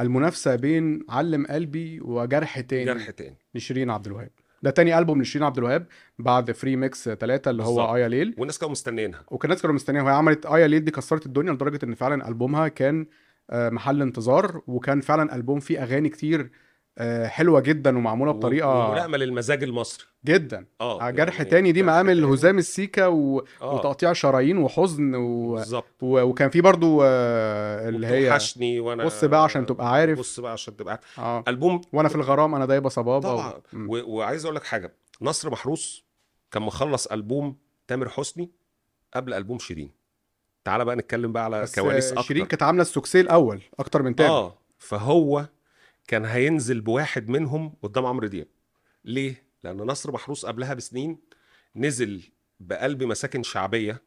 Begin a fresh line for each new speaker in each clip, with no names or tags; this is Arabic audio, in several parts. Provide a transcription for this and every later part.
المنافسة بين علم قلبي وجرح تاني
جرح تاني
لشيرين عبد الوهاب ده تاني ألبوم لشيرين عبد الوهاب بعد فري ميكس 3 اللي
بالظبط.
هو آيا ليل
والناس كانوا مستنيينها
وكان الناس كانوا مستنيها وهي عملت آيا ليل دي كسرت الدنيا لدرجة إن فعلا ألبومها كان آه، محل انتظار وكان فعلا ألبوم فيه أغاني كتير آه، حلوة جدا ومعمولة
و-
بطريقة
وملامه للمزاج المصري
جدا
اه
على جرح
يعني
تاني دي
جرح
مقام
تاني.
هزام السيكا و...
آه،
وتقطيع شرايين وحزن و...
بالظبط
و... وكان في برضو آه، اللي هي
وبتوحشني وانا
بص بقى عشان تبقى عارف
بص بقى عشان تبقى عارف.
اه
البوم
وانا في الغرام انا دايبه صبابه
طبعا
مم.
و... وعايز اقول لك حاجه نصر محروس كان مخلص البوم تامر حسني قبل البوم شيرين تعال بقى نتكلم بقى على
بس
كواليس
آه،
اكتر
شيرين كانت عامله السوكسيه الاول اكتر من تامر
اه فهو كان هينزل بواحد منهم قدام عمرو دياب ليه لان نصر محروس قبلها بسنين نزل بقلب مساكن شعبيه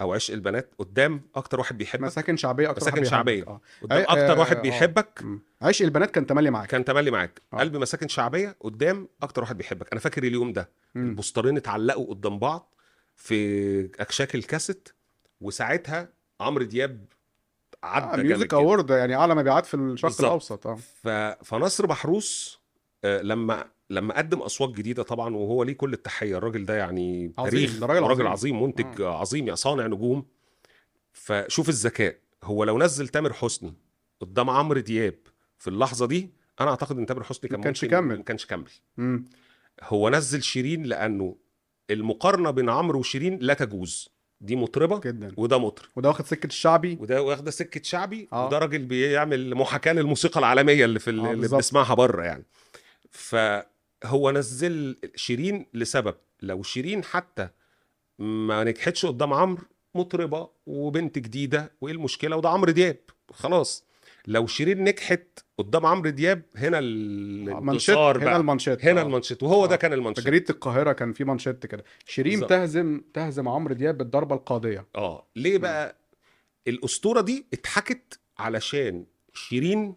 او عشق البنات قدام اكتر واحد بيحبك
مساكن شعبيه اكتر
مساكن
واحد
شعبية.
بيحبك. آه.
قدام
أي-
اكتر
آه،
واحد
آه.
بيحبك
مم. عشق البنات كان تملي معاك
كان تملي معاك
آه.
قلب مساكن شعبيه قدام اكتر واحد بيحبك انا فاكر اليوم ده
مم.
البوسترين اتعلقوا قدام بعض في اكشاك الكاسيت وساعتها عمرو دياب
آه،
عدى جامد
ميوزك
جدا.
اوورد يعني اعلى مبيعات في الشرق
بالظبط.
الاوسط اه
ف... فنصر محروس آه، لما لما قدم اصوات جديده طبعا وهو ليه كل التحيه الراجل ده يعني
عظيم،
تاريخ
ده راجل
راجل
عظيم.
عظيم منتج آه. عظيم يعني صانع نجوم فشوف الذكاء هو لو نزل تامر حسني قدام عمرو دياب في اللحظه دي انا اعتقد ان تامر حسني كان
ما كانش
ممكن-
كمل.
ما كانش كمل
مم.
هو نزل شيرين لانه المقارنه بين عمرو وشيرين لا تجوز دي مطربه
جدا
وده مطرب
وده واخد سكه الشعبي
وده واخده سكه شعبي
آه.
آه. وده راجل بيعمل محاكاه للموسيقى العالميه اللي في
آه،
اللي
بالظبط.
بنسمعها بره يعني فهو نزل شيرين لسبب لو شيرين حتى ما نجحتش قدام عمرو مطربه وبنت جديده وايه المشكله وده عمرو دياب خلاص لو شيرين نجحت قدام عمرو دياب هنا
آه،
المنشط
مانشيت هنا
هنا,
المانشيت
هنا
آه.
المنشط وهو ده
آه.
كان المنشط
في جريده القاهره كان في مانشيت كده شيرين
بالظبط.
تهزم تهزم عمرو دياب بالضربه القاضيه
اه ليه بقى الاسطوره دي اتحكت علشان شيرين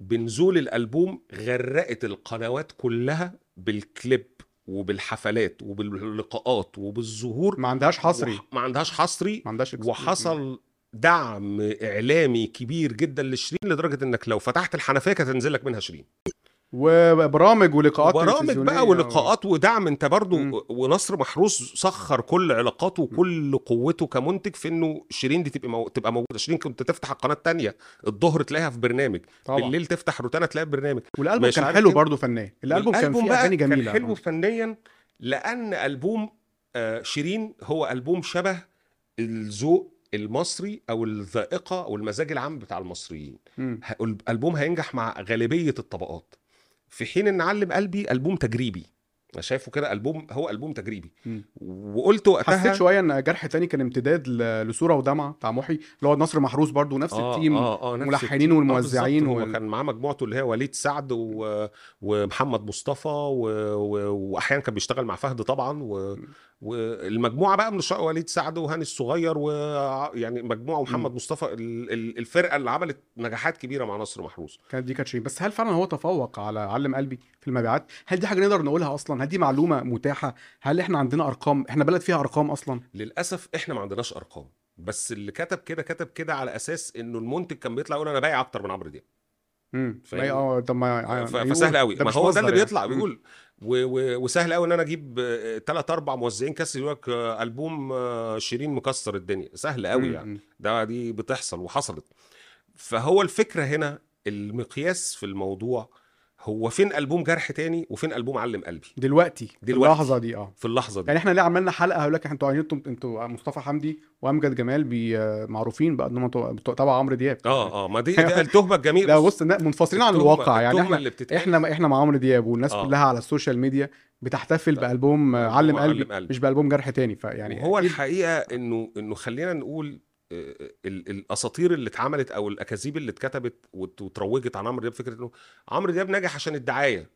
بنزول الالبوم غرقت القنوات كلها بالكليب وبالحفلات وباللقاءات وبالظهور
ما عندهاش حصري
وح- ما عندهاش حصري
ما عندهاش إكس-
وحصل دعم اعلامي كبير جدا لشيرين لدرجه انك لو فتحت الحنفيه كانت هتنزل لك منها شيرين
وبرامج ولقاءات
برامج
تلفزيونية
بقى ولقاءات ودعم انت برضو
مم.
ونصر محروس سخر كل علاقاته وكل قوته كمنتج في انه شيرين دي تبقى مو... تبقى موجوده شيرين كنت تفتح القناه الثانيه الظهر تلاقيها في برنامج
طبعا
بالليل تفتح روتانا تلاقيها في برنامج
والالبوم
مش
كان
عارف
حلو
إيه.
برضه فنيا الالبوم كان فيه
بقى
اغاني جميله
كان حلو
آه.
فنيا لان البوم آه، شيرين هو البوم شبه الذوق المصري او الذائقه او المزاج العام بتاع المصريين
مم.
ه- الالبوم هينجح مع غالبيه الطبقات في حين ان علم قلبي البوم تجريبي انا شايفه كده البوم هو البوم تجريبي
مم.
وقلت وقتها
حسيت شويه ان جرح تاني كان امتداد ل- لصوره ودمعه بتاع محي اللي هو نصر محروس برضه نفس
آه،
التيم
آه، آه، نفس
الملحنين
التيم. آه،
والموزعين
بالظبط.
وال-
هو كان معاه مجموعته اللي هي وليد سعد و... ومحمد مصطفى و... و... واحيانا كان بيشتغل مع فهد طبعا و... والمجموعه بقى من الشقة وليد سعد وهاني الصغير ويعني مجموعه ومحمد مصطفى ال- ال- الفرقه اللي عملت نجاحات كبيره مع نصر محروس
كانت دي كانت شيرين بس هل فعلا هو تفوق على علم قلبي في المبيعات هل دي حاجه نقدر نقولها اصلا هل دي معلومه متاحه هل احنا عندنا ارقام احنا بلد فيها ارقام اصلا
للاسف احنا ما عندناش ارقام بس اللي كتب كده كتب كده على اساس انه المنتج كان بيطلع يقول انا بايع اكتر من عمرو دياب
امم
فاهمني؟
اه طب ما
ف-
يقول-
فسهل قوي
ده
ما
مش
هو ده اللي
مصدر يعني.
بيطلع
مم.
بيقول و- و- وسهل قوي ان انا اجيب ثلاث اربع آه، موزعين كاس يقول لك آه، البوم آه، شيرين مكسر الدنيا سهل قوي
مم.
يعني ده دي بتحصل وحصلت فهو الفكره هنا المقياس في الموضوع هو فين البوم جرح تاني وفين البوم علم قلبي
دلوقتي في
دلوقتي.
اللحظه دي اه
في اللحظه دي
يعني احنا ليه عملنا حلقه هقول لك انتوا انتوا انتوا مصطفى حمدي وامجد جمال بي آه، معروفين بقى انهم تو- بتوع- تبع عمرو دياب
اه اه ما دي, دي التهمه الجميله
لا بص إن- منفصلين عن
التهمة-
الواقع يعني
التهمة
احنا
اللي بتتقال.
احنا احنا مع عمرو دياب والناس
إيه؟ آه.
كلها على السوشيال ميديا بتحتفل بالبوم آه، علم قلبي
ألبوم
يعني إيه؟
علم قلبي.
مش بالبوم جرح تاني فيعني
وهو
أكيد
الحقيقه انه انه خلينا نقول آه، ال- الاساطير اللي اتعملت او الاكاذيب اللي اتكتبت وت- وتروجت عن عمرو دياب فكره انه عمرو دياب نجح عشان الدعايه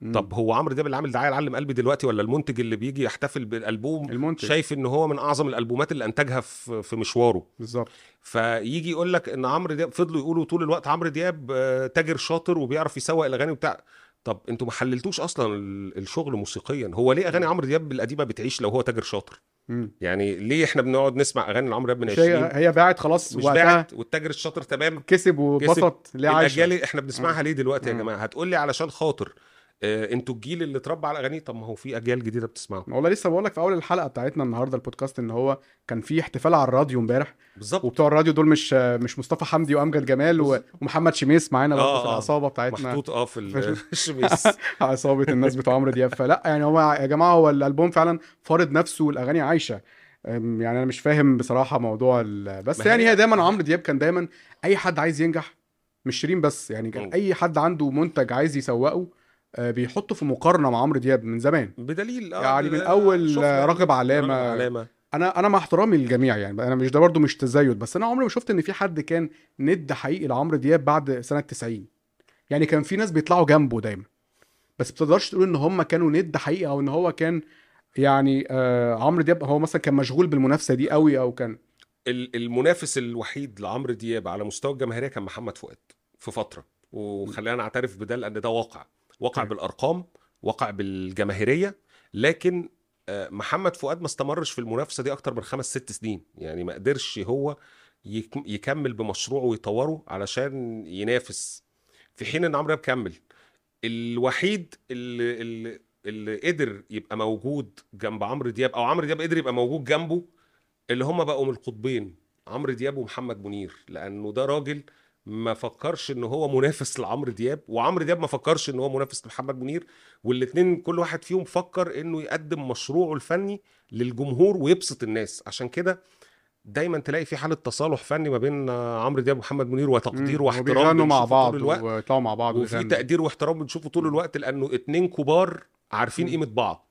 مم.
طب هو عمرو دياب اللي عامل دعايه لعلم قلبي دلوقتي ولا المنتج اللي بيجي يحتفل بالالبوم
المنتج
شايف ان هو من اعظم الالبومات اللي انتجها في في مشواره
بالظبط
فيجي يقول لك ان عمرو دياب فضلوا يقولوا طول الوقت عمرو دياب آه، تاجر شاطر وبيعرف يسوق الاغاني وبتاع طب انتوا ما حللتوش اصلا ال- الشغل موسيقيا هو ليه اغاني عمرو دياب القديمه بتعيش لو هو تاجر شاطر
مم.
يعني ليه احنا بنقعد نسمع اغاني لعمرو دياب من
مش
20
هي هي باعت خلاص
مش
آه، وقتها
باعت والتاجر الشاطر تمام
كسب وبسط ليه عايشه
الاجيال احنا بنسمعها ليه دلوقتي يا
مم.
جماعه هتقول لي علشان خاطر آه انتوا الجيل اللي اتربى على اغانيه طب ما هو في اجيال جديده بتسمعه
والله لسه بقول لك في اول الحلقه بتاعتنا النهارده البودكاست ان هو كان في احتفال على الراديو امبارح
بالظبط
وبتوع الراديو دول مش مش مصطفى حمدي وامجد جمال و- ومحمد شميس معانا برضه
آه،
في
آه.
العصابه بتاعتنا
محطوط اه في ال-
في
الشميس
عصابه الناس بتوع عمرو دياب فلا يعني هو يا جماعه هو الالبوم فعلا فارض نفسه والاغاني عايشه أم، يعني انا مش فاهم بصراحه موضوع ال... بس
ما هي-
يعني هي دايما عمرو دياب كان دايما اي حد عايز ينجح مش شيرين بس يعني
مم.
كان اي حد عنده منتج عايز يسوقه آه، بيحطه في مقارنه مع عمرو دياب من زمان
بدليل اه
يعني
ده-
من
ده-
اول
شفنا
راغب علامه
راغب علامه
انا انا مع احترامي للجميع يعني انا مش ده برضه مش تزايد بس انا عمري ما شفت ان في حد كان ند حقيقي لعمرو دياب بعد سنه 90 يعني كان في ناس بيطلعوا جنبه دايما بس ما تقدرش تقول ان هم كانوا ند حقيقي او ان هو كان يعني آه عمرو دياب هو مثلا كان مشغول بالمنافسه دي قوي او كان
ال- المنافس الوحيد لعمرو دياب على مستوى الجماهيريه كان محمد فؤاد في فتره وخلينا نعترف بده لان ده واقع واقع
طيب.
بالارقام واقع بالجماهيريه لكن آه، محمد فؤاد ما استمرش في المنافسه دي اكتر من خمس ست سنين يعني ما قدرش هو يك- يكمل بمشروعه ويطوره علشان ينافس في حين ان عمرو دياب كمل الوحيد اللي, اللي اللي قدر يبقى موجود جنب عمرو دياب او عمرو دياب قدر يبقى موجود جنبه اللي هما بقوا من القطبين عمرو دياب ومحمد منير لانه ده راجل ما فكرش ان هو منافس لعمرو دياب وعمرو دياب ما فكرش ان هو منافس لمحمد منير والاتنين كل واحد فيهم فكر انه يقدم مشروعه الفني للجمهور ويبسط الناس عشان كده دايما تلاقي في حاله تصالح فني ما بين آه، عمرو دياب ومحمد منير وتقدير
مم.
واحترام
وبيغنوا مع
بنشوفه طول
بعض
الوقت
ويطلعوا مع بعض
وفي
ويغنوا.
تقدير واحترام بنشوفه طول الوقت لانه اتنين كبار عارفين
مم.
قيمه بعض